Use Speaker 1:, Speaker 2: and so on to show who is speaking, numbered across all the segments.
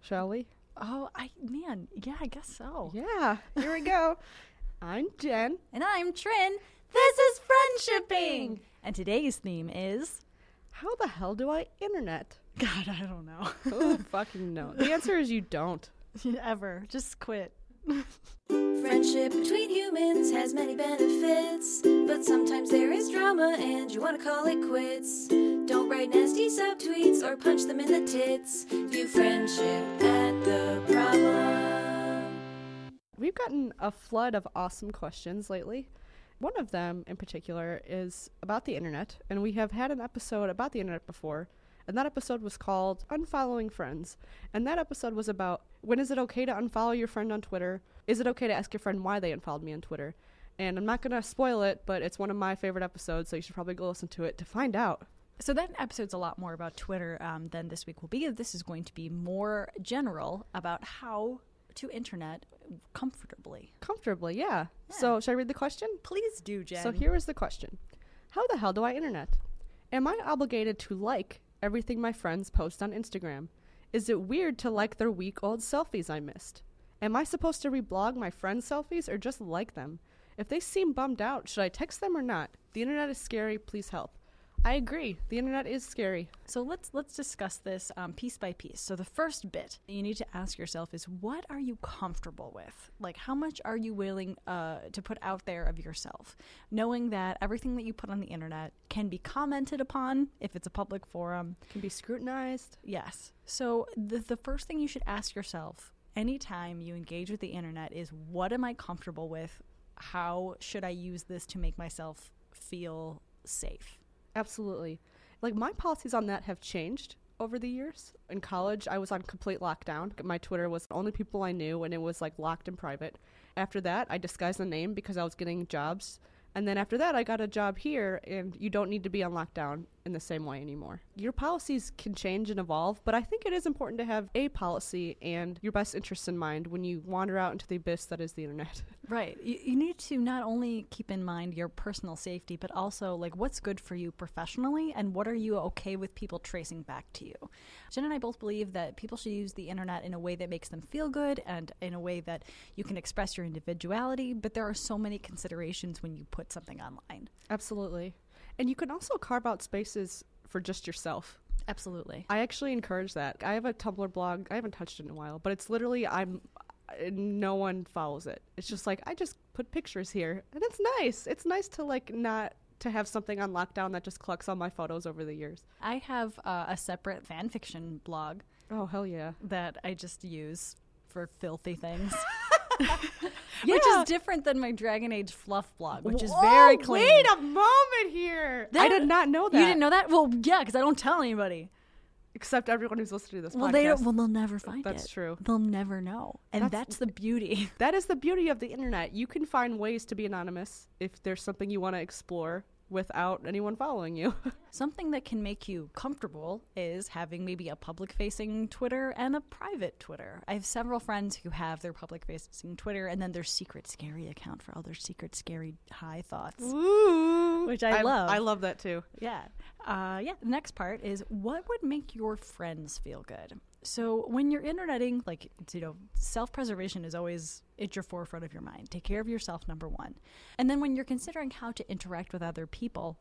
Speaker 1: shall we?
Speaker 2: Oh, I man, yeah, I guess so.
Speaker 1: Yeah, here we go. I'm Jen.
Speaker 2: And I'm Trin. This is friendshipping. And today's theme is
Speaker 1: How the hell do I internet?
Speaker 2: God, I don't know.
Speaker 1: Oh, fucking no. The answer is you don't.
Speaker 2: Ever. Just quit.
Speaker 3: Friendship between humans has many benefits, but sometimes there is drama and you want to call it quits. Don't write nasty subtweets or punch them in the tits. View friendship at the problem.
Speaker 1: We've gotten a flood of awesome questions lately. One of them in particular is about the internet, and we have had an episode about the internet before. And that episode was called Unfollowing Friends. And that episode was about when is it okay to unfollow your friend on Twitter? Is it okay to ask your friend why they unfollowed me on Twitter? And I'm not going to spoil it, but it's one of my favorite episodes, so you should probably go listen to it to find out.
Speaker 2: So that episode's a lot more about Twitter um, than this week will be. This is going to be more general about how to internet comfortably.
Speaker 1: Comfortably, yeah. So, should I read the question?
Speaker 2: Please do, Jen.
Speaker 1: So here is the question How the hell do I internet? Am I obligated to like everything my friends post on Instagram? Is it weird to like their week old selfies I missed? Am I supposed to reblog my friends' selfies or just like them? If they seem bummed out, should I text them or not? The internet is scary. Please help. I agree. The internet is scary.
Speaker 2: So let's let's discuss this um, piece by piece. So the first bit you need to ask yourself is what are you comfortable with? Like how much are you willing uh, to put out there of yourself, knowing that everything that you put on the internet can be commented upon if it's a public forum.
Speaker 1: It can be scrutinized.
Speaker 2: Yes. So the the first thing you should ask yourself anytime you engage with the internet is what am I comfortable with? How should I use this to make myself feel safe?
Speaker 1: Absolutely. Like my policies on that have changed over the years. In college, I was on complete lockdown. My Twitter was the only people I knew, and it was like locked and private. After that, I disguised the name because I was getting jobs. And then after that, I got a job here, and you don't need to be on lockdown in the same way anymore. Your policies can change and evolve, but I think it is important to have a policy and your best interests in mind when you wander out into the abyss that is the internet.
Speaker 2: Right. You, you need to not only keep in mind your personal safety, but also like what's good for you professionally and what are you okay with people tracing back to you. Jen and I both believe that people should use the internet in a way that makes them feel good and in a way that you can express your individuality, but there are so many considerations when you put something online.
Speaker 1: Absolutely. And you can also carve out spaces for just yourself.
Speaker 2: Absolutely.
Speaker 1: I actually encourage that. I have a Tumblr blog. I haven't touched it in a while, but it's literally I'm I- no one follows it. It's just like I just put pictures here, and it's nice. It's nice to like not to have something on lockdown that just collects all my photos over the years.
Speaker 2: I have uh, a separate fan fiction blog
Speaker 1: Oh hell yeah!
Speaker 2: that I just use for filthy things. Which is different than my Dragon Age fluff blog, which is very clean.
Speaker 1: Wait a moment here. I
Speaker 2: That-
Speaker 1: did not know that.
Speaker 2: You didn't know that? Well, yeah, because I don't tell anybody.
Speaker 1: except everyone who's listening to this
Speaker 2: Well,
Speaker 1: podcast.
Speaker 2: they don't, well they'll never find it.
Speaker 1: That's true.
Speaker 2: They'll never know, and that's,
Speaker 1: That's-
Speaker 2: the beauty.
Speaker 1: That is the beauty of the internet. You can find ways to be anonymous if there's something you want to explore without anyone following you.
Speaker 2: Something that can make you comfortable is having maybe a public-facing Twitter and a private Twitter. I have several friends who have their public-facing Twitter and then their secret scary account for all their secret scary high thoughts.
Speaker 1: Ooh,
Speaker 2: Which I love.
Speaker 1: I love that too.
Speaker 2: Yeah. Uh, yeah. The next part is what would make your friends feel good? So when you're interneting, like, it's, you know, self preservation is always at your forefront of your mind. Take care of yourself, number one. And then when you're considering how to interact with other people,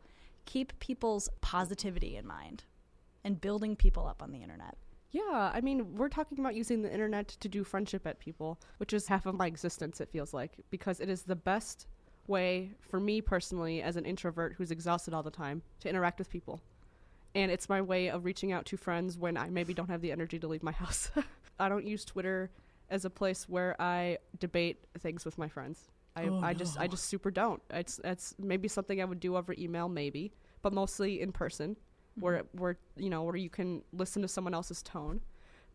Speaker 2: keep people's positivity in mind and building people up on the internet.
Speaker 1: Yeah, I mean, we're talking about using the internet to do friendship at people, which is half of my existence, it feels like, because it is the best way for me personally, as an introvert who's exhausted all the time, to interact with people. And it's my way of reaching out to friends when I maybe don't have the energy to leave my house. I don't use Twitter as a place where I debate things with my friends. I, I just I just super don't. It's that's maybe something I would do over email, maybe, but mostly in person where where you know where you can listen to someone else's tone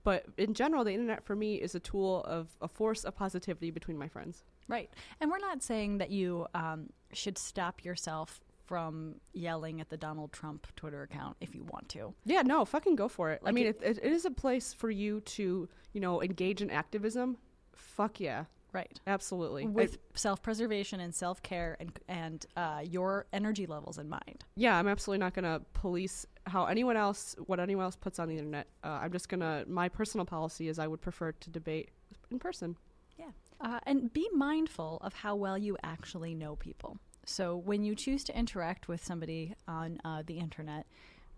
Speaker 1: but in general the internet for me is a tool of a force of positivity between my friends
Speaker 2: Right. And we're not saying that you um, should stop yourself from yelling at the Donald Trump Twitter account if you want to.
Speaker 1: yeah no fucking go for it i
Speaker 2: Like
Speaker 1: mean
Speaker 2: it-
Speaker 1: it, it, it is a place for you to you know engage in activism fuck yeah
Speaker 2: Right.
Speaker 1: absolutely I-
Speaker 2: with self-preservation and self-care and and uh, your energy levels in mind.
Speaker 1: yeah i'm absolutely not gonna police how anyone else, what anyone else puts on the internet. Uh, I'm just gonna. My personal policy is I would prefer to debate in person.
Speaker 2: Yeah. Uh, and be mindful of how well you actually know people. So when you choose to interact with somebody on uh, the internet,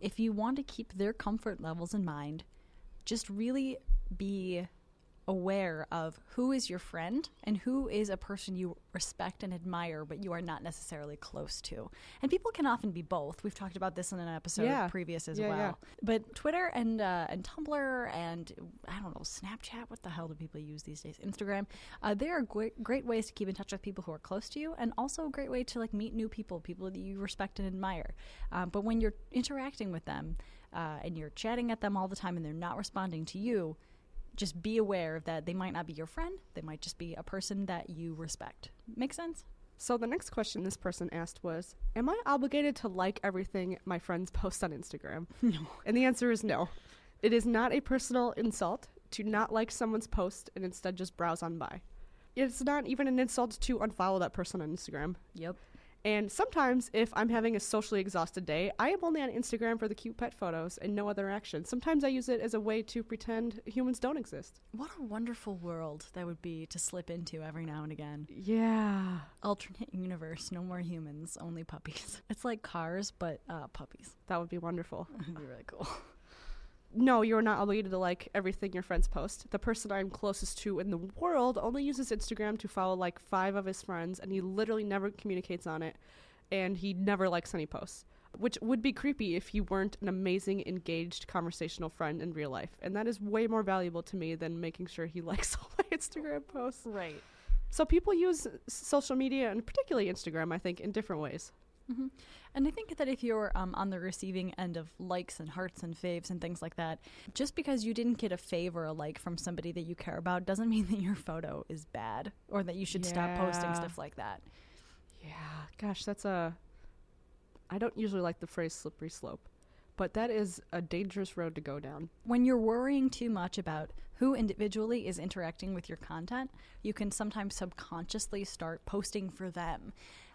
Speaker 2: if you want to keep their comfort levels in mind, just really be aware of who is your friend and who is a person you respect and admire, but you are not necessarily close to. And people can often be both. We've talked about this in an episode
Speaker 1: Yeah.
Speaker 2: previous as
Speaker 1: Yeah,
Speaker 2: well.
Speaker 1: yeah.
Speaker 2: But Twitter and uh, and Tumblr and I don't know Snapchat. What the hell do people use these days? Instagram. Uh, they are great, great ways to keep in touch with people who are close to you, and also a great way to like meet new people, people that you respect and admire. Um, but when you're interacting with them uh, and you're chatting at them all the time, and they're not responding to you, just be aware that they might not be your friend. They might just be a person that you respect. Make sense?
Speaker 1: So the next question this person asked was, "Am I obligated to like everything my friends post on Instagram?"
Speaker 2: No.
Speaker 1: And the answer is no. It is not a personal insult to not like someone's post and instead just browse on by. It's not even an insult to unfollow that person on Instagram.
Speaker 2: Yep.
Speaker 1: And sometimes, if I'm having a socially exhausted day, I am only on Instagram for the cute pet photos and no other action. Sometimes I use it as a way to pretend humans don't exist.
Speaker 2: What a wonderful world that would be to slip into every now and again.
Speaker 1: Yeah.
Speaker 2: alternate universe, no more humans, only puppies. It's like cars, but uh, puppies.
Speaker 1: That would be wonderful.
Speaker 2: It'd be really cool.
Speaker 1: No, you're not obligated to like everything your friends post. The person I'm closest to in the world only uses Instagram to follow like five of his friends, and he literally never communicates on it, and he never likes any posts, which would be creepy if you weren't an amazing, engaged, conversational friend in real life. And that is way more valuable to me than making sure he likes all my Instagram posts.
Speaker 2: Right.
Speaker 1: So people use s- social media, and particularly Instagram, I think, in different ways.
Speaker 2: hmm And I think that if you're um, on the receiving end of likes and hearts and faves and things like that, just because you didn't get a fave or a like from somebody that you care about doesn't mean that your photo is bad or that you should stop posting
Speaker 1: Yeah.
Speaker 2: stuff like that.
Speaker 1: Yeah, gosh, that's a. I don't usually like the phrase slippery slope, but that is a dangerous road to go down.
Speaker 2: When you're worrying too much about who individually is interacting with your content, you can sometimes subconsciously start posting for them.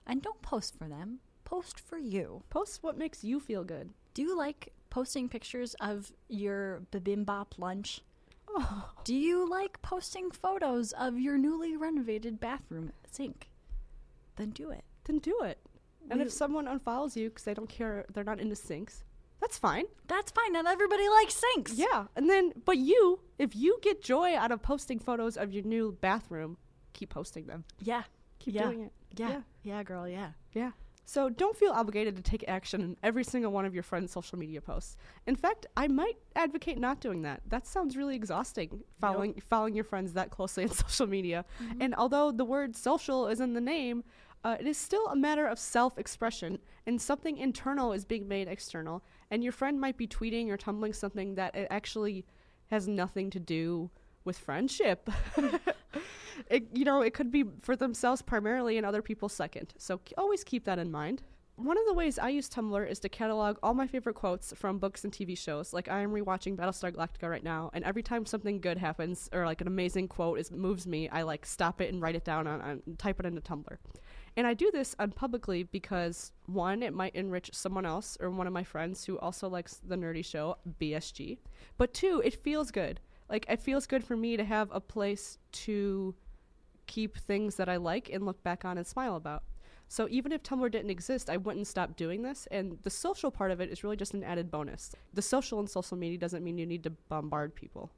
Speaker 2: And don't post for them, post for you.
Speaker 1: Post what makes you feel good.
Speaker 2: Do you like posting pictures of your bibimbap lunch?
Speaker 1: Oh,
Speaker 2: Do you like posting photos of your newly renovated bathroom sink? Then do it.
Speaker 1: then do it. And
Speaker 2: We-
Speaker 1: if someone unfollows you because they don't care, they're not into sinks, that's fine.
Speaker 2: That's fine. Not everybody likes sinks.
Speaker 1: Yeah, and then, but you, if you get joy out of posting photos of your new bathroom, keep posting them.
Speaker 2: Yeah.
Speaker 1: Keep
Speaker 2: Yeah.
Speaker 1: doing it.
Speaker 2: Yeah. Yeah,
Speaker 1: Yeah.
Speaker 2: girl. Yeah.
Speaker 1: Yeah. So don't feel obligated to take action in every single one of your friends' social media posts. In fact, I might advocate not doing that. That sounds really exhausting, following following your friends that closely on social media. And although the word social is in the name, uh, it is still a matter of self-expression, and something internal is being made external. And your friend might be tweeting or tumbling something that it actually has nothing to do with friendship. it, you know, it could be for themselves primarily and other people second. So k- always keep that in mind. One of the ways I use Tumblr is to catalog all my favorite quotes from books and TV shows. Like I am rewatching Battlestar Galactica right now, and every time something good happens or like an amazing quote is moves me, I like stop it and write it down on, on type it into Tumblr. And I do this on publicly because one, it might enrich someone else or one of my friends who also likes the nerdy show BSG. But two, it feels good. Like it feels good for me to have a place to keep things that I like and look back on and smile about. So even if Tumblr didn't exist, I wouldn't stop doing this. And the social part of it is really just an added bonus. The social and social media doesn't mean you need to bombard people.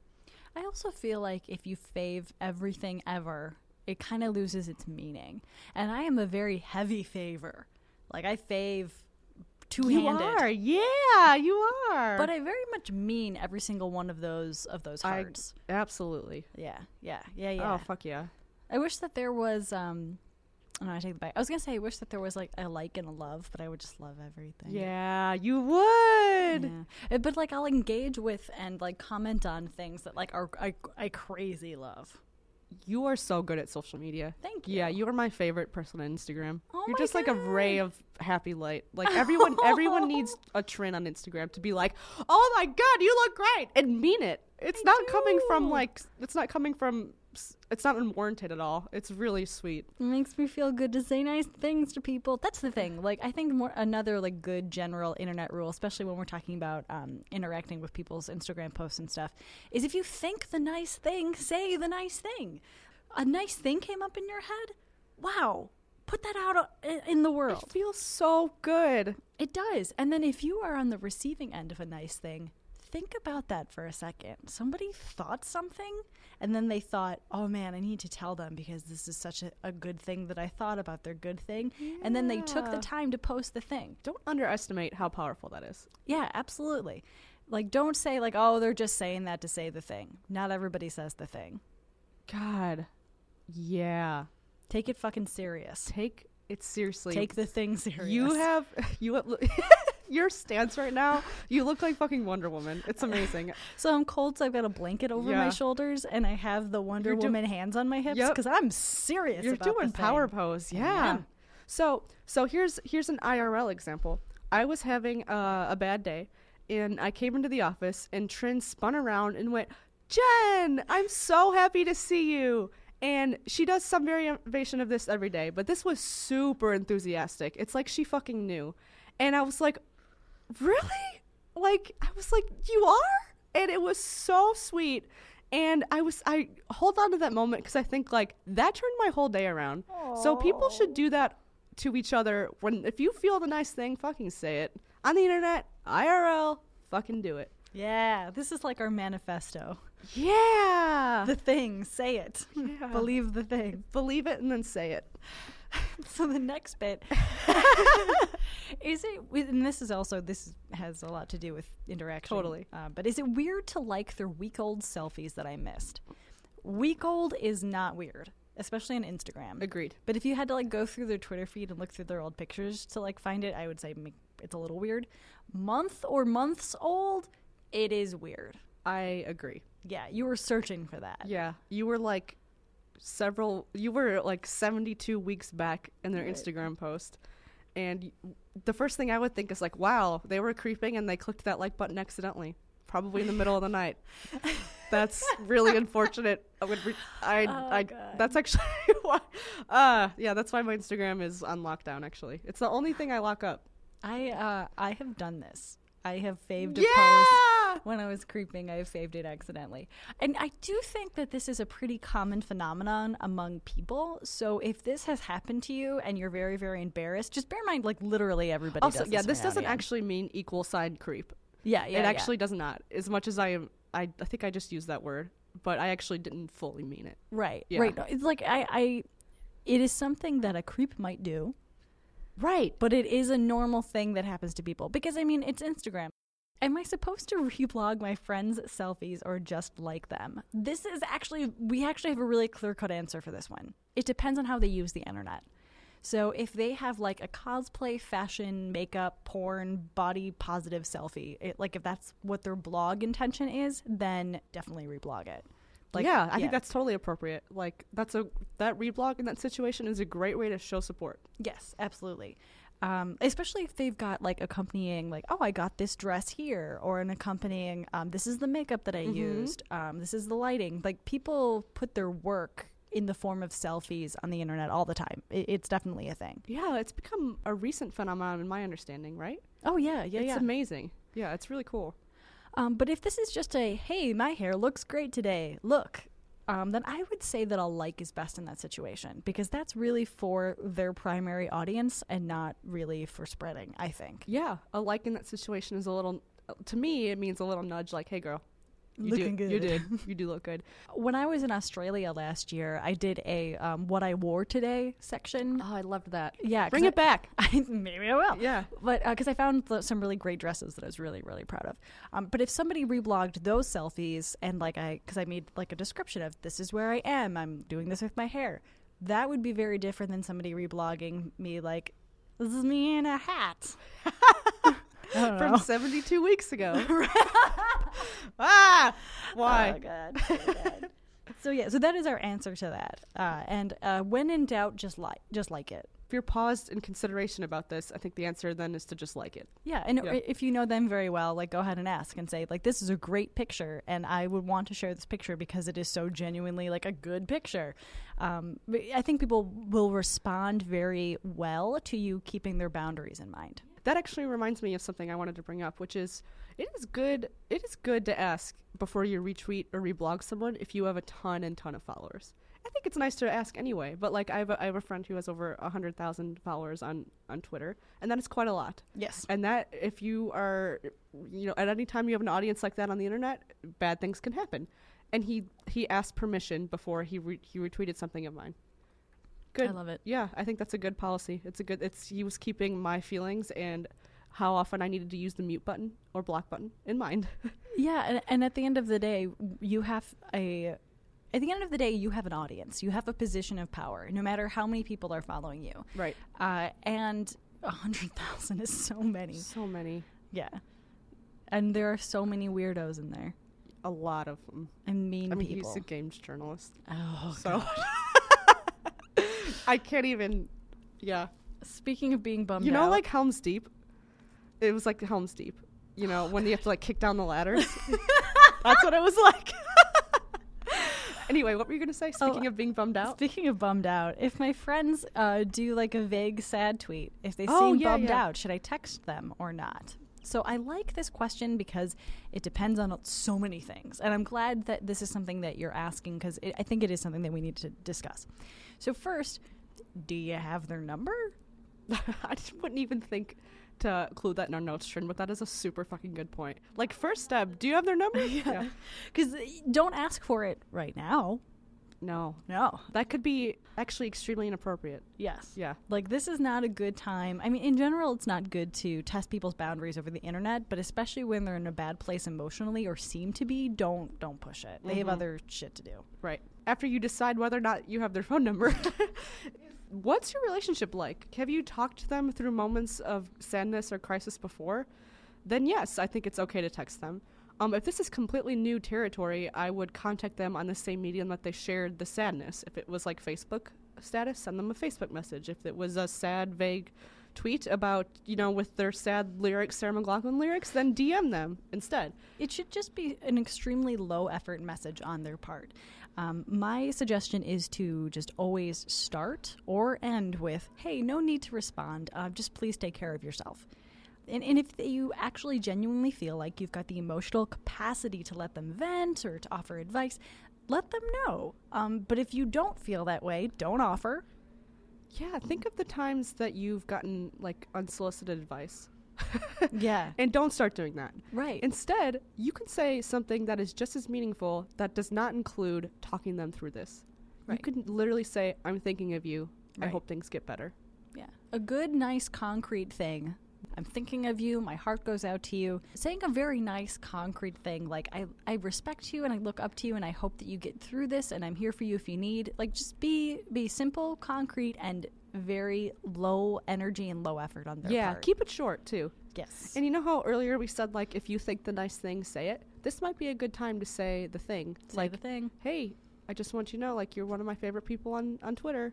Speaker 2: I also feel like if you fave everything ever, it kind of loses its meaning. And I am a very heavy favor. Like I fave two-handed.
Speaker 1: yeah, you are.
Speaker 2: But I very much mean every single one of those of those
Speaker 1: I-
Speaker 2: hearts.
Speaker 1: absolutely.
Speaker 2: Yeah, yeah, yeah, yeah.
Speaker 1: Oh fuck yeah.
Speaker 2: I wish that there was. um No, I take the back. I was gonna say I wish that there was like a like and a love, but I would just love everything.
Speaker 1: Yeah, you would.
Speaker 2: Yeah. Uh, But like I'll engage with and like comment on things that like are I, I crazy love.
Speaker 1: You are so good at social media.
Speaker 2: Thank
Speaker 1: Yeah,
Speaker 2: you.
Speaker 1: you are my favorite person on Instagram.
Speaker 2: Oh
Speaker 1: You're
Speaker 2: my
Speaker 1: just like a ray
Speaker 2: God.
Speaker 1: of happy light. Like everyone everyone needs a trend on Instagram to be like, "Oh my god, you look great." And mean it. It's
Speaker 2: I
Speaker 1: not coming
Speaker 2: do.
Speaker 1: from like it's not coming from s- it's not unwarranted at all. It's really sweet.
Speaker 2: It makes me feel good to say nice things to people. That's the thing. Like I think more another like good general internet rule, especially when we're talking about um, interacting with people's Instagram posts and stuff, is if you think the nice thing, say the nice thing. A nice thing came up in your head. Wow, put that out uh, in the world.
Speaker 1: It feels so good.
Speaker 2: It does. And then if you are on the receiving end of a nice thing, think about that for a second. Somebody thought something and then they thought, oh man, I need to tell them because this is such a, a good thing that I thought about their good thing. And then they took the
Speaker 1: Yeah.
Speaker 2: time to post the thing.
Speaker 1: Don't underestimate how powerful that is.
Speaker 2: Yeah, absolutely. Like, don't say, like, oh, they're just saying that to say the thing. Not everybody says the thing.
Speaker 1: God. Yeah.
Speaker 2: Take it fucking serious.
Speaker 1: Take it seriously.
Speaker 2: Take the thing serious.
Speaker 1: You have you have, your stance right now. You look like fucking Wonder Woman. It's amazing.
Speaker 2: So I'm cold, so I've got a blanket over my
Speaker 1: Yeah.
Speaker 2: shoulders, and I have the Wonder
Speaker 1: You're do-
Speaker 2: Woman hands on my hips
Speaker 1: Yep.
Speaker 2: because I'm serious.
Speaker 1: You're
Speaker 2: about the
Speaker 1: doing
Speaker 2: thing.
Speaker 1: power pose. Yeah.
Speaker 2: am.
Speaker 1: So so here's here's an IRL example. I was having uh, a bad day, and I came into the office, and Trin spun around and went, "Jen, I'm so happy to see you." And she does some variation of this every day, but this was super enthusiastic. It's like she fucking knew. And I was like, really? Like I was like, you are, and it was so sweet. And I was I hold on to that moment because I think like that turned my whole day around. So people should do that to each other when if you feel the nice thing, fucking say it on the internet, IRL, fucking do it.
Speaker 2: Yeah, this is like our manifesto.
Speaker 1: Yeah,
Speaker 2: The thing, say it.
Speaker 1: Yeah.
Speaker 2: Believe the thing.
Speaker 1: believe it and then say it.
Speaker 2: So the next bit is it, and this is also this has a lot to do with interaction.
Speaker 1: Totally.
Speaker 2: Uh, but is it weird to like their week old selfies that I missed? Week old is not weird, especially on Instagram.
Speaker 1: Agreed.
Speaker 2: But if you had to like go through their Twitter feed and look through their old pictures to like find it, I would say make- it's a little weird. Month or months old, it is weird.
Speaker 1: I agree.
Speaker 2: Yeah, you were searching for that.
Speaker 1: Yeah, you were like several. You were like seventy-two weeks back in their
Speaker 2: Right.
Speaker 1: Instagram post, and y- the first thing I would think is like, "Wow, they were creeping and they clicked that like button accidentally, probably in the middle of the night." That's really unfortunate. I would. Re- I.
Speaker 2: Oh,
Speaker 1: I.
Speaker 2: God.
Speaker 1: That's actually why. Uh, yeah, that's why my Instagram is on lockdown. Actually, it's the only thing I lock up.
Speaker 2: I uh I have done this. I have faved a post
Speaker 1: Yeah.
Speaker 2: when I was creeping. I faved it accidentally. And I do think that this is a pretty common phenomenon among people. So if this has happened to you and you're very very embarrassed, just bear in mind like literally everybody
Speaker 1: Also,
Speaker 2: does
Speaker 1: yeah, this
Speaker 2: right out
Speaker 1: doesn't
Speaker 2: here.
Speaker 1: actually mean equal sign creep.
Speaker 2: Yeah, yeah.
Speaker 1: it
Speaker 2: yeah.
Speaker 1: actually does not. As much as I am, I, I think I just used that word, but I actually didn't fully mean it.
Speaker 2: Right.
Speaker 1: Yeah.
Speaker 2: Right. No, It's like I, I it is something that a creep might do,
Speaker 1: Right.
Speaker 2: but it is a normal thing that happens to people. Because I mean it's Instagram. Am I supposed to reblog my friends' selfies or just like them? This is actually we actually have a really clear cut answer for this one. It depends on how they use the internet. So if they have like a cosplay, fashion, makeup, porn, body positive selfie, it, like if that's what their blog intention is, then definitely reblog it. Like,
Speaker 1: yeah, I think that's totally appropriate. Like that's a that reblog in that situation is a great way to show support.
Speaker 2: Yes, absolutely. Um, especially if they've got like accompanying, like, oh, I got this dress here, or an accompanying, um, this is the makeup that I used, um, this is the lighting. Like, people put their work in the form of selfies on the internet all the time. I it's definitely a thing.
Speaker 1: Yeah, it's become a recent phenomenon in my understanding, right?
Speaker 2: Oh, yeah, yeah,
Speaker 1: it's
Speaker 2: yeah.
Speaker 1: amazing. Yeah, it's really cool.
Speaker 2: Um, but if this is just a, hey, my hair looks great today, look, um, then I would say that a like is best in that situation because that's really for their primary audience and not really for spreading, I think.
Speaker 1: Yeah, a like in that situation is a little to me it means a little nudge like, "Hey girl, you
Speaker 2: Looking
Speaker 1: do, You
Speaker 2: good."
Speaker 1: did. You do look good."
Speaker 2: When I was in Australia last year, I did a um, what I wore today section.
Speaker 1: Oh, I loved that.
Speaker 2: Yeah, 'cause
Speaker 1: Bring it
Speaker 2: I-
Speaker 1: back.
Speaker 2: I, maybe I will.
Speaker 1: Yeah.
Speaker 2: But because I found lo- some really great dresses that I was really, really proud of. Um, but if somebody reblogged those selfies and like I, because I made like a description of this is where I am, I'm doing this with my hair, that would be very different than somebody reblogging me like, this is me in a hat. I don't
Speaker 1: From
Speaker 2: know.
Speaker 1: 72 weeks ago. ah! Why?
Speaker 2: Oh, God. So, bad. so yeah, so that is our answer to that. Uh, and uh, when in doubt, just like just like it.
Speaker 1: If you're paused in consideration about this, I think the answer then is to just like it.
Speaker 2: Yeah, and
Speaker 1: Yeah.
Speaker 2: i if you know them very well, like go ahead and ask and say like this is a great picture, and I would want to share this picture because it is so genuinely like a good picture. Um, but I think people will respond very well to you keeping their boundaries in mind.
Speaker 1: That actually reminds me of something I wanted to bring up, which is it is good it is good to ask before you retweet or reblog someone if you have a ton and ton of followers. I think it's nice to ask anyway, but like I have a, I have a friend who has over 100,000 followers on on Twitter, and that is quite a lot.
Speaker 2: Yes.
Speaker 1: And that if you are you know at any time you have an audience like that on the internet, bad things can happen. And he he asked permission before he re- he retweeted something of mine. Good.
Speaker 2: I love it.
Speaker 1: Yeah, I think that's a good policy. It's a good. It's he was keeping my feelings and how often I needed to use the mute button or block button in mind.
Speaker 2: Yeah, and, and at the end of the day, you have a. At the end of the day, you have an audience. You have a position of power, no matter how many people are following you.
Speaker 1: Right.
Speaker 2: Uh, and a hundred thousand is so many.
Speaker 1: So many,
Speaker 2: Yeah, and there are so many weirdos in there.
Speaker 1: a lot of them.
Speaker 2: and mean
Speaker 1: I mean,
Speaker 2: people.
Speaker 1: he's a games journalist,
Speaker 2: oh,
Speaker 1: so I can't even. Yeah.
Speaker 2: speaking of being bummed
Speaker 1: you know,
Speaker 2: out,
Speaker 1: like Helm's Deep. It was like Helm's Deep. You know, when you have to like kick down the ladders. That's what it was like. anyway, what were you gonna say?
Speaker 2: Oh,
Speaker 1: Speaking of being bummed out.
Speaker 2: speaking of bummed out, if my friends uh, do like a vague sad tweet, if they
Speaker 1: Oh,
Speaker 2: seem
Speaker 1: yeah,
Speaker 2: bummed
Speaker 1: yeah.
Speaker 2: out, should I text them or not? So I like this question because it depends on so many things, and I'm glad that this is something that you're asking because I think it is something that we need to discuss. So first, do you have their number?
Speaker 1: I just wouldn't even think to include that in our notes, Trin, but that is a super fucking good point. Like, first step, do you have their number? yeah.
Speaker 2: Because uh, don't ask for it right now.
Speaker 1: No.
Speaker 2: No.
Speaker 1: That could be actually extremely inappropriate.
Speaker 2: Yes.
Speaker 1: Yeah.
Speaker 2: Like, this is not a good time. I mean, in general, it's not good to test people's boundaries over the internet, but especially when they're in a bad place emotionally or seem to be, don't don't push it. They have other shit to do.
Speaker 1: Right. After you decide whether or not you have their phone number, what's your relationship like? Have you talked to them through moments of sadness or crisis before? Then, yes, I think it's okay to text them. Um, if this is completely new territory, I would contact them on the same medium that they shared the sadness. If it was like Facebook status, send them a Facebook message. If it was a sad, vague tweet about, you know, with their sad lyrics, Sarah McLaughlin lyrics, then DM them instead.
Speaker 2: It should just be an extremely low effort message on their part. Um, my suggestion is to just always start or end with, hey, no need to respond. Uh, just please take care of yourself. And, and if you actually genuinely feel like you've got the emotional capacity to let them vent or to offer advice, let them know. Um, but if you don't feel that way, don't offer.
Speaker 1: Yeah, think of the times that you've gotten like unsolicited advice.
Speaker 2: Yeah.
Speaker 1: And don't start doing that.
Speaker 2: Right.
Speaker 1: Instead, you can say something that is just as meaningful that does not include talking them through this.
Speaker 2: Right.
Speaker 1: You can literally say, I'm thinking of you. I
Speaker 2: Right.
Speaker 1: hope things get better.
Speaker 2: Yeah. A good, nice, concrete thing. I'm thinking of you. My heart goes out to you. Saying a very nice, concrete thing like, I, I respect you and I look up to you and I hope that you get through this and I'm here for you if you need. Like, just be be simple, concrete, and very low energy and low effort on their
Speaker 1: yeah,
Speaker 2: part.
Speaker 1: keep it short too.
Speaker 2: Yes.
Speaker 1: And you know how earlier we said, like, if you think the nice thing, say it? This might be a good time to say the thing.
Speaker 2: Say
Speaker 1: like,
Speaker 2: the thing.
Speaker 1: hey, I just want you to know, like, you're one of my favorite people on, on Twitter.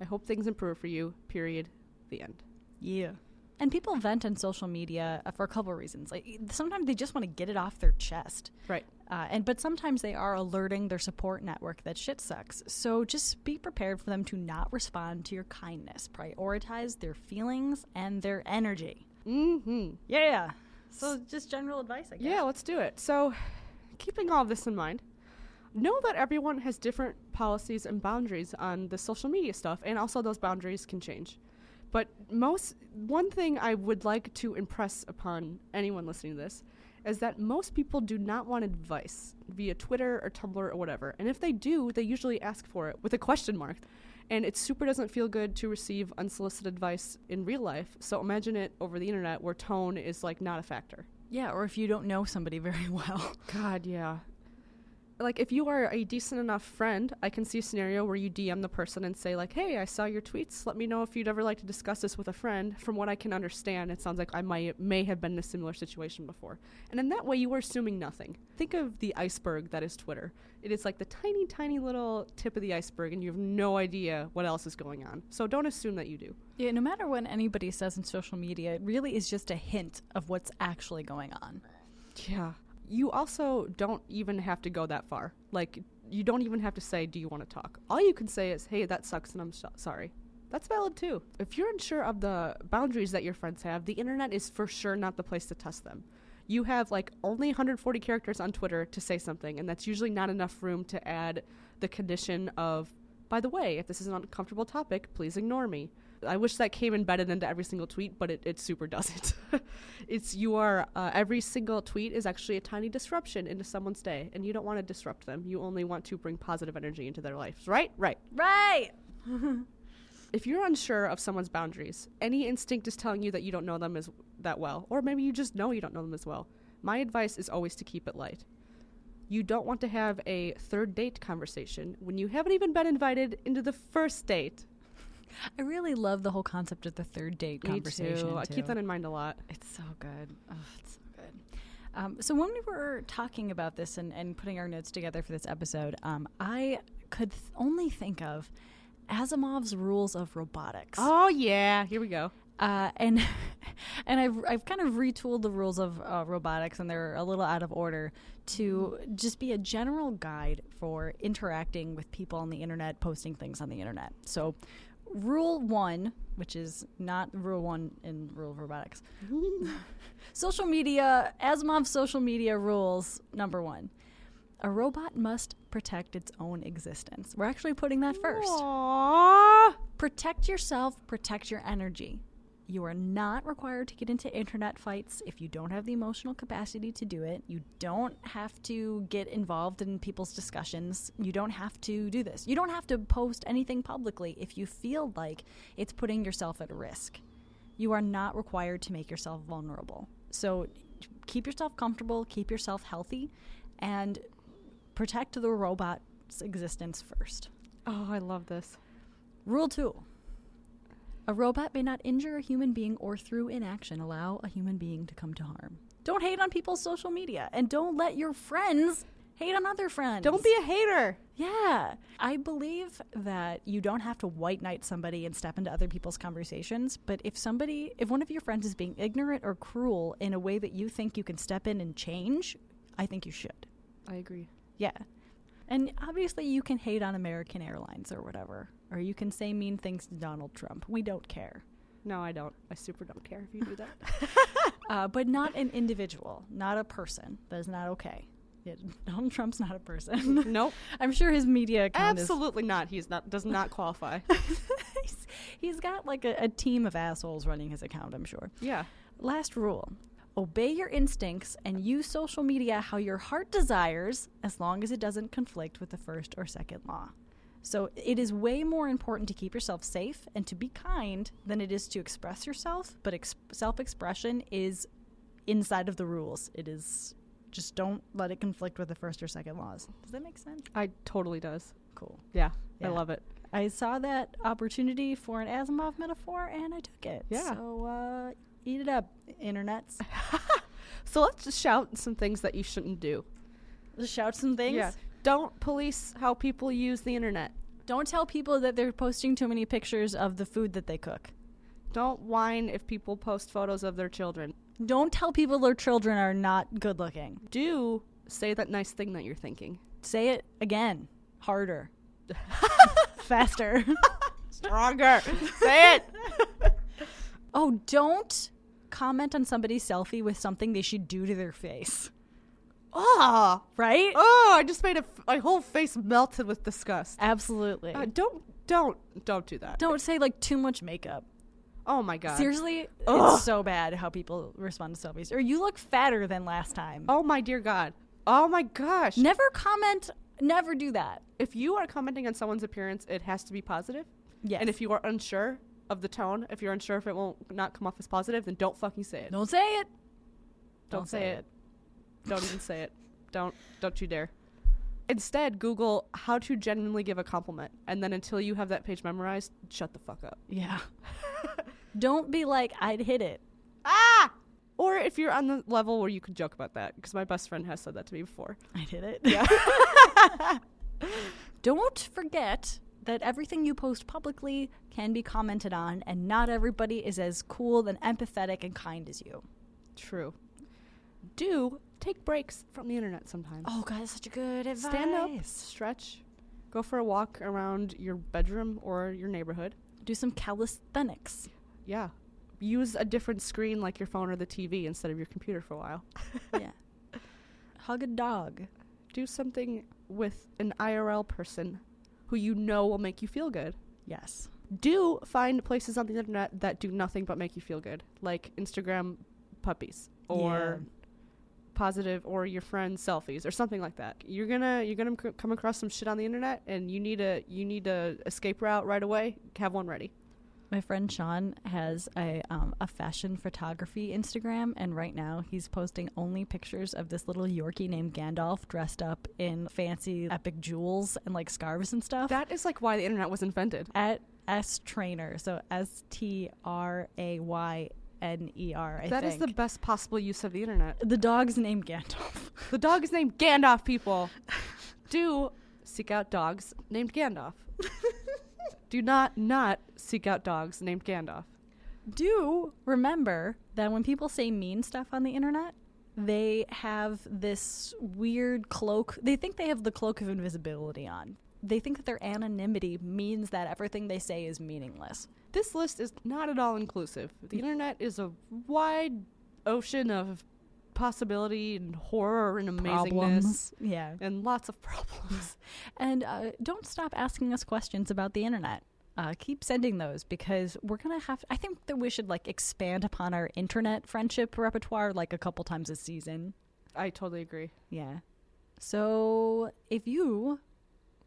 Speaker 1: I hope things improve for you, period. The end.
Speaker 2: Yeah. And people vent on social media uh, for a couple reasons. Like, sometimes they just want to get it off their chest.
Speaker 1: Right.
Speaker 2: Uh, and but sometimes they are alerting their support network that shit sucks. So just be prepared for them to not respond to your kindness. Prioritize their feelings and their energy.
Speaker 1: Mm hmm.
Speaker 2: Yeah. So just general advice, I guess.
Speaker 1: Yeah, let's do it. So, keeping all this in mind, know that everyone has different policies and boundaries on the social media stuff, and also those boundaries can change. But most one thing I would like to impress upon anyone listening to this is that most people do not want advice via Twitter or Tumblr or whatever. And if they do, they usually ask for it with a question mark. And it super doesn't feel good to receive unsolicited advice in real life. So imagine it over the internet where tone is like not a factor.
Speaker 2: Yeah. Or if you don't know somebody very well.
Speaker 1: God, yeah. like if you are a decent enough friend, I can see a scenario where you DM the person and say like, "Hey, I saw your tweets. Let me know if you'd ever like to discuss this with a friend." From what I can understand, it sounds like I might may have been in a similar situation before. And in that way, you are assuming nothing. Think of the iceberg that is Twitter. It is like the tiny tiny little tip of the iceberg and you have no idea what else is going on. So don't assume that you do.
Speaker 2: Yeah, no matter what anybody says in social media, it really is just a hint of what's actually going on.
Speaker 1: Yeah. You also don't even have to go that far. Like, you don't even have to say, Do you want to talk? All you can say is, Hey, that sucks and I'm so- sorry. That's valid too. If you're unsure of the boundaries that your friends have, the internet is for sure not the place to test them. You have like only 140 characters on Twitter to say something, and that's usually not enough room to add the condition of, By the way, if this is an uncomfortable topic, please ignore me. I wish that came embedded into every single tweet, but it, it super doesn't. it's you are uh, every single tweet is actually a tiny disruption into someone's day, and you don't want to disrupt them. You only want to bring positive energy into their lives, right? Right.
Speaker 2: Right.
Speaker 1: If you're unsure of someone's boundaries, any instinct is telling you that you don't know them as that well, or maybe you just know you don't know them as well. My advice is always to keep it light. You don't want to have a third date conversation when you haven't even been invited into the first date.
Speaker 2: I really love the whole concept of the third date conversation.
Speaker 1: Me too. I keep that in mind a lot.
Speaker 2: It's so good. Oh, it's so good. Um, so when we were talking about this and, and putting our notes together for this episode, um, I could th- only think of Asimov's rules of robotics.
Speaker 1: Oh yeah, here we go.
Speaker 2: Uh, and and I've I've kind of retooled the rules of uh, robotics, and they're a little out of order to just be a general guide for interacting with people on the internet, posting things on the internet. So, rule one, which is not rule one in rule of robotics, social media Asimov's social media rules number one: a robot must protect its own existence. We're actually putting that first.
Speaker 1: Aww.
Speaker 2: Protect yourself, protect your energy. You are not required to get into internet fights if you don't have the emotional capacity to do it. You don't have to get involved in people's discussions. You don't have to do this. You don't have to post anything publicly if you feel like it's putting yourself at risk. You are not required to make yourself vulnerable. So keep yourself comfortable, keep yourself healthy, and protect the robot's existence first.
Speaker 1: Oh, I love this.
Speaker 2: Rule two A robot may not injure a human being or through inaction allow a human being to come to harm. Don't hate on people's social media and don't let your friends hate on other friends.
Speaker 1: Don't be a hater.
Speaker 2: Yeah. I believe that you don't have to white knight somebody and step into other people's conversations, but if somebody, if one of your friends is being ignorant or cruel in a way that you think you can step in and change, I think you should.
Speaker 1: I agree.
Speaker 2: Yeah. And obviously, you can hate on American Airlines or whatever, or you can say mean things to Donald Trump. We don't care.
Speaker 1: No, I don't. I super don't care if you do that.
Speaker 2: Uh, but not an individual, not a person. That is not okay. Yeah, Donald Trump's not a person.
Speaker 1: Nope.
Speaker 2: I'm sure his media account is-
Speaker 1: Absolutely not. He's not does not qualify.
Speaker 2: he's, he's got like a, a team of assholes running his account, I'm sure.
Speaker 1: yeah.
Speaker 2: Last rule obey your instincts and use social media how your heart desires as long as it doesn't conflict with the first or second law. So it is way more important to keep yourself safe and to be kind than it is to express yourself, but ex- self expression is inside of the rules. It is just don't let it conflict with the first or second laws. Does that make sense?
Speaker 1: I totally does.
Speaker 2: Cool.
Speaker 1: Yeah.
Speaker 2: Yeah.
Speaker 1: I love it.
Speaker 2: I saw that opportunity for an Asimov metaphor and I took it.
Speaker 1: Yeah.
Speaker 2: So uh, eat it up, internets.
Speaker 1: So let's just shout some things that you shouldn't do.
Speaker 2: Just shout some things.
Speaker 1: Yeah. Don't police how people use the internet.
Speaker 2: Don't tell people that they're posting too many pictures of the food that they cook.
Speaker 1: Don't whine if people post photos of their children.
Speaker 2: Don't tell people their children are not good looking.
Speaker 1: Do say that nice thing that you're thinking.
Speaker 2: Say it again, harder, faster.
Speaker 1: Stronger. say it.
Speaker 2: oh, don't comment on somebody's selfie with something they should do to their face,
Speaker 1: Oh.
Speaker 2: right?
Speaker 1: Oh, I just made a, f- my whole face melted with disgust.
Speaker 2: Absolutely.
Speaker 1: Uh, don't don't don't do that.
Speaker 2: don't say like too much makeup.
Speaker 1: Oh my god.
Speaker 2: Seriously,
Speaker 1: Ugh.
Speaker 2: it's so bad how people respond to selfies. Or you look fatter than last time.
Speaker 1: Oh my dear god. Oh my gosh.
Speaker 2: Never comment, never do that.
Speaker 1: If you are commenting on someone's appearance, it has to be positive.
Speaker 2: Yes.
Speaker 1: And if you are unsure of the tone, if you're unsure if it won't not come off as positive, then don't fucking say it.
Speaker 2: don't say it.
Speaker 1: Don't say it. Don't even say it. Don't don't you dare. Instead, Google how to genuinely give a compliment, and then until you have that page memorized, shut the fuck up.
Speaker 2: Yeah. Don't be like, I'd hit it.
Speaker 1: Ah! Or if you're on the level where you can joke about that, because my best friend has said that to me before.
Speaker 2: I'd hit it. Yeah. Don't forget that everything you post publicly can be commented on, and not everybody is as cool and empathetic and kind as you.
Speaker 1: True. Do take breaks from the internet sometimes.
Speaker 2: Oh, God, that's such a good advice.
Speaker 1: Stand up, stretch, go for a walk around your bedroom or your neighborhood.
Speaker 2: Do some calisthenics.
Speaker 1: Yeah. Use a different screen like your phone or the TV instead of your computer for a while.
Speaker 2: yeah. Hug a dog.
Speaker 1: Do something with an IRL person who you know will make you feel good.
Speaker 2: Yes.
Speaker 1: Do find places on the internet that do nothing but make you feel good, like Instagram puppies or
Speaker 2: Yeah.
Speaker 1: positive or your friend's selfies or something like that. You're gonna you're gonna c- come across some shit on the internet, and you need a you need a escape route right away. Have one ready.
Speaker 2: My friend Sean has a um, a fashion photography Instagram, and right now he's posting only pictures of this little Yorkie named Gandalf dressed up in fancy epic jewels and like scarves and stuff.
Speaker 1: That is like why the internet was invented.
Speaker 2: at S Trainer, so S T R A Y N E R. I
Speaker 1: That is
Speaker 2: think
Speaker 1: the best possible use of the internet.
Speaker 2: the dog's named Gandalf.
Speaker 1: The dog is named Gandalf, people. Do seek out dogs named Gandalf. Do not not seek out dogs named Gandalf.
Speaker 2: do remember that when people say mean stuff on the internet, they have this weird cloak. They think they have the cloak of invisibility on. They think that their anonymity means that everything they say is meaningless.
Speaker 1: This list is not at all inclusive. The internet is a wide ocean of possibility and horror and amazingness
Speaker 2: Problems. Yeah.
Speaker 1: and lots of problems.
Speaker 2: And uh, don't stop asking us questions about the internet. Uh, keep sending those because we're gonna have. I think that we should like expand upon our internet friendship repertoire like a couple times a season.
Speaker 1: I totally agree.
Speaker 2: Yeah. So if you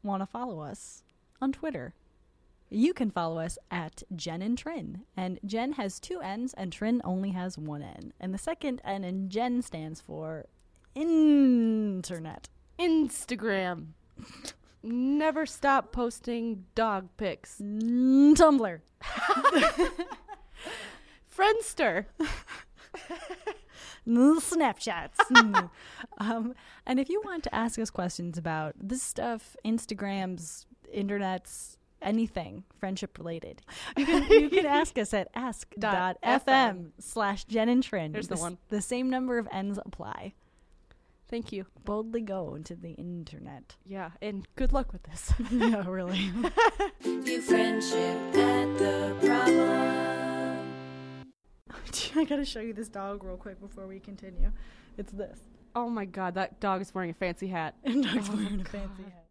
Speaker 2: want to follow us on Twitter, you can follow us at Jen and Trin. And Jen has two N's and Trin only has one N. And the second N in Jen stands for internet.
Speaker 1: Instagram. Never stop posting dog pics.
Speaker 2: Mm, Tumblr.
Speaker 1: Friendster.
Speaker 2: Mm, Snapchats. Mm. um, and if you want to ask us questions about this stuff, Instagrams, internets, anything friendship related, you can, you can ask us at
Speaker 1: Dot
Speaker 2: ask.fm
Speaker 1: FM.
Speaker 2: slash Jen and Trin.
Speaker 1: There's the
Speaker 2: s-
Speaker 1: one.
Speaker 2: The same number of N's apply.
Speaker 1: Thank you.
Speaker 2: Boldly go into the internet.
Speaker 1: Yeah, and good luck with this.
Speaker 2: yeah, really.
Speaker 3: View friendship at the problem.
Speaker 2: I gotta show you this dog real quick before we continue. It's this.
Speaker 1: Oh my god, that dog is wearing a fancy hat.
Speaker 2: And dog's wearing a fancy hat.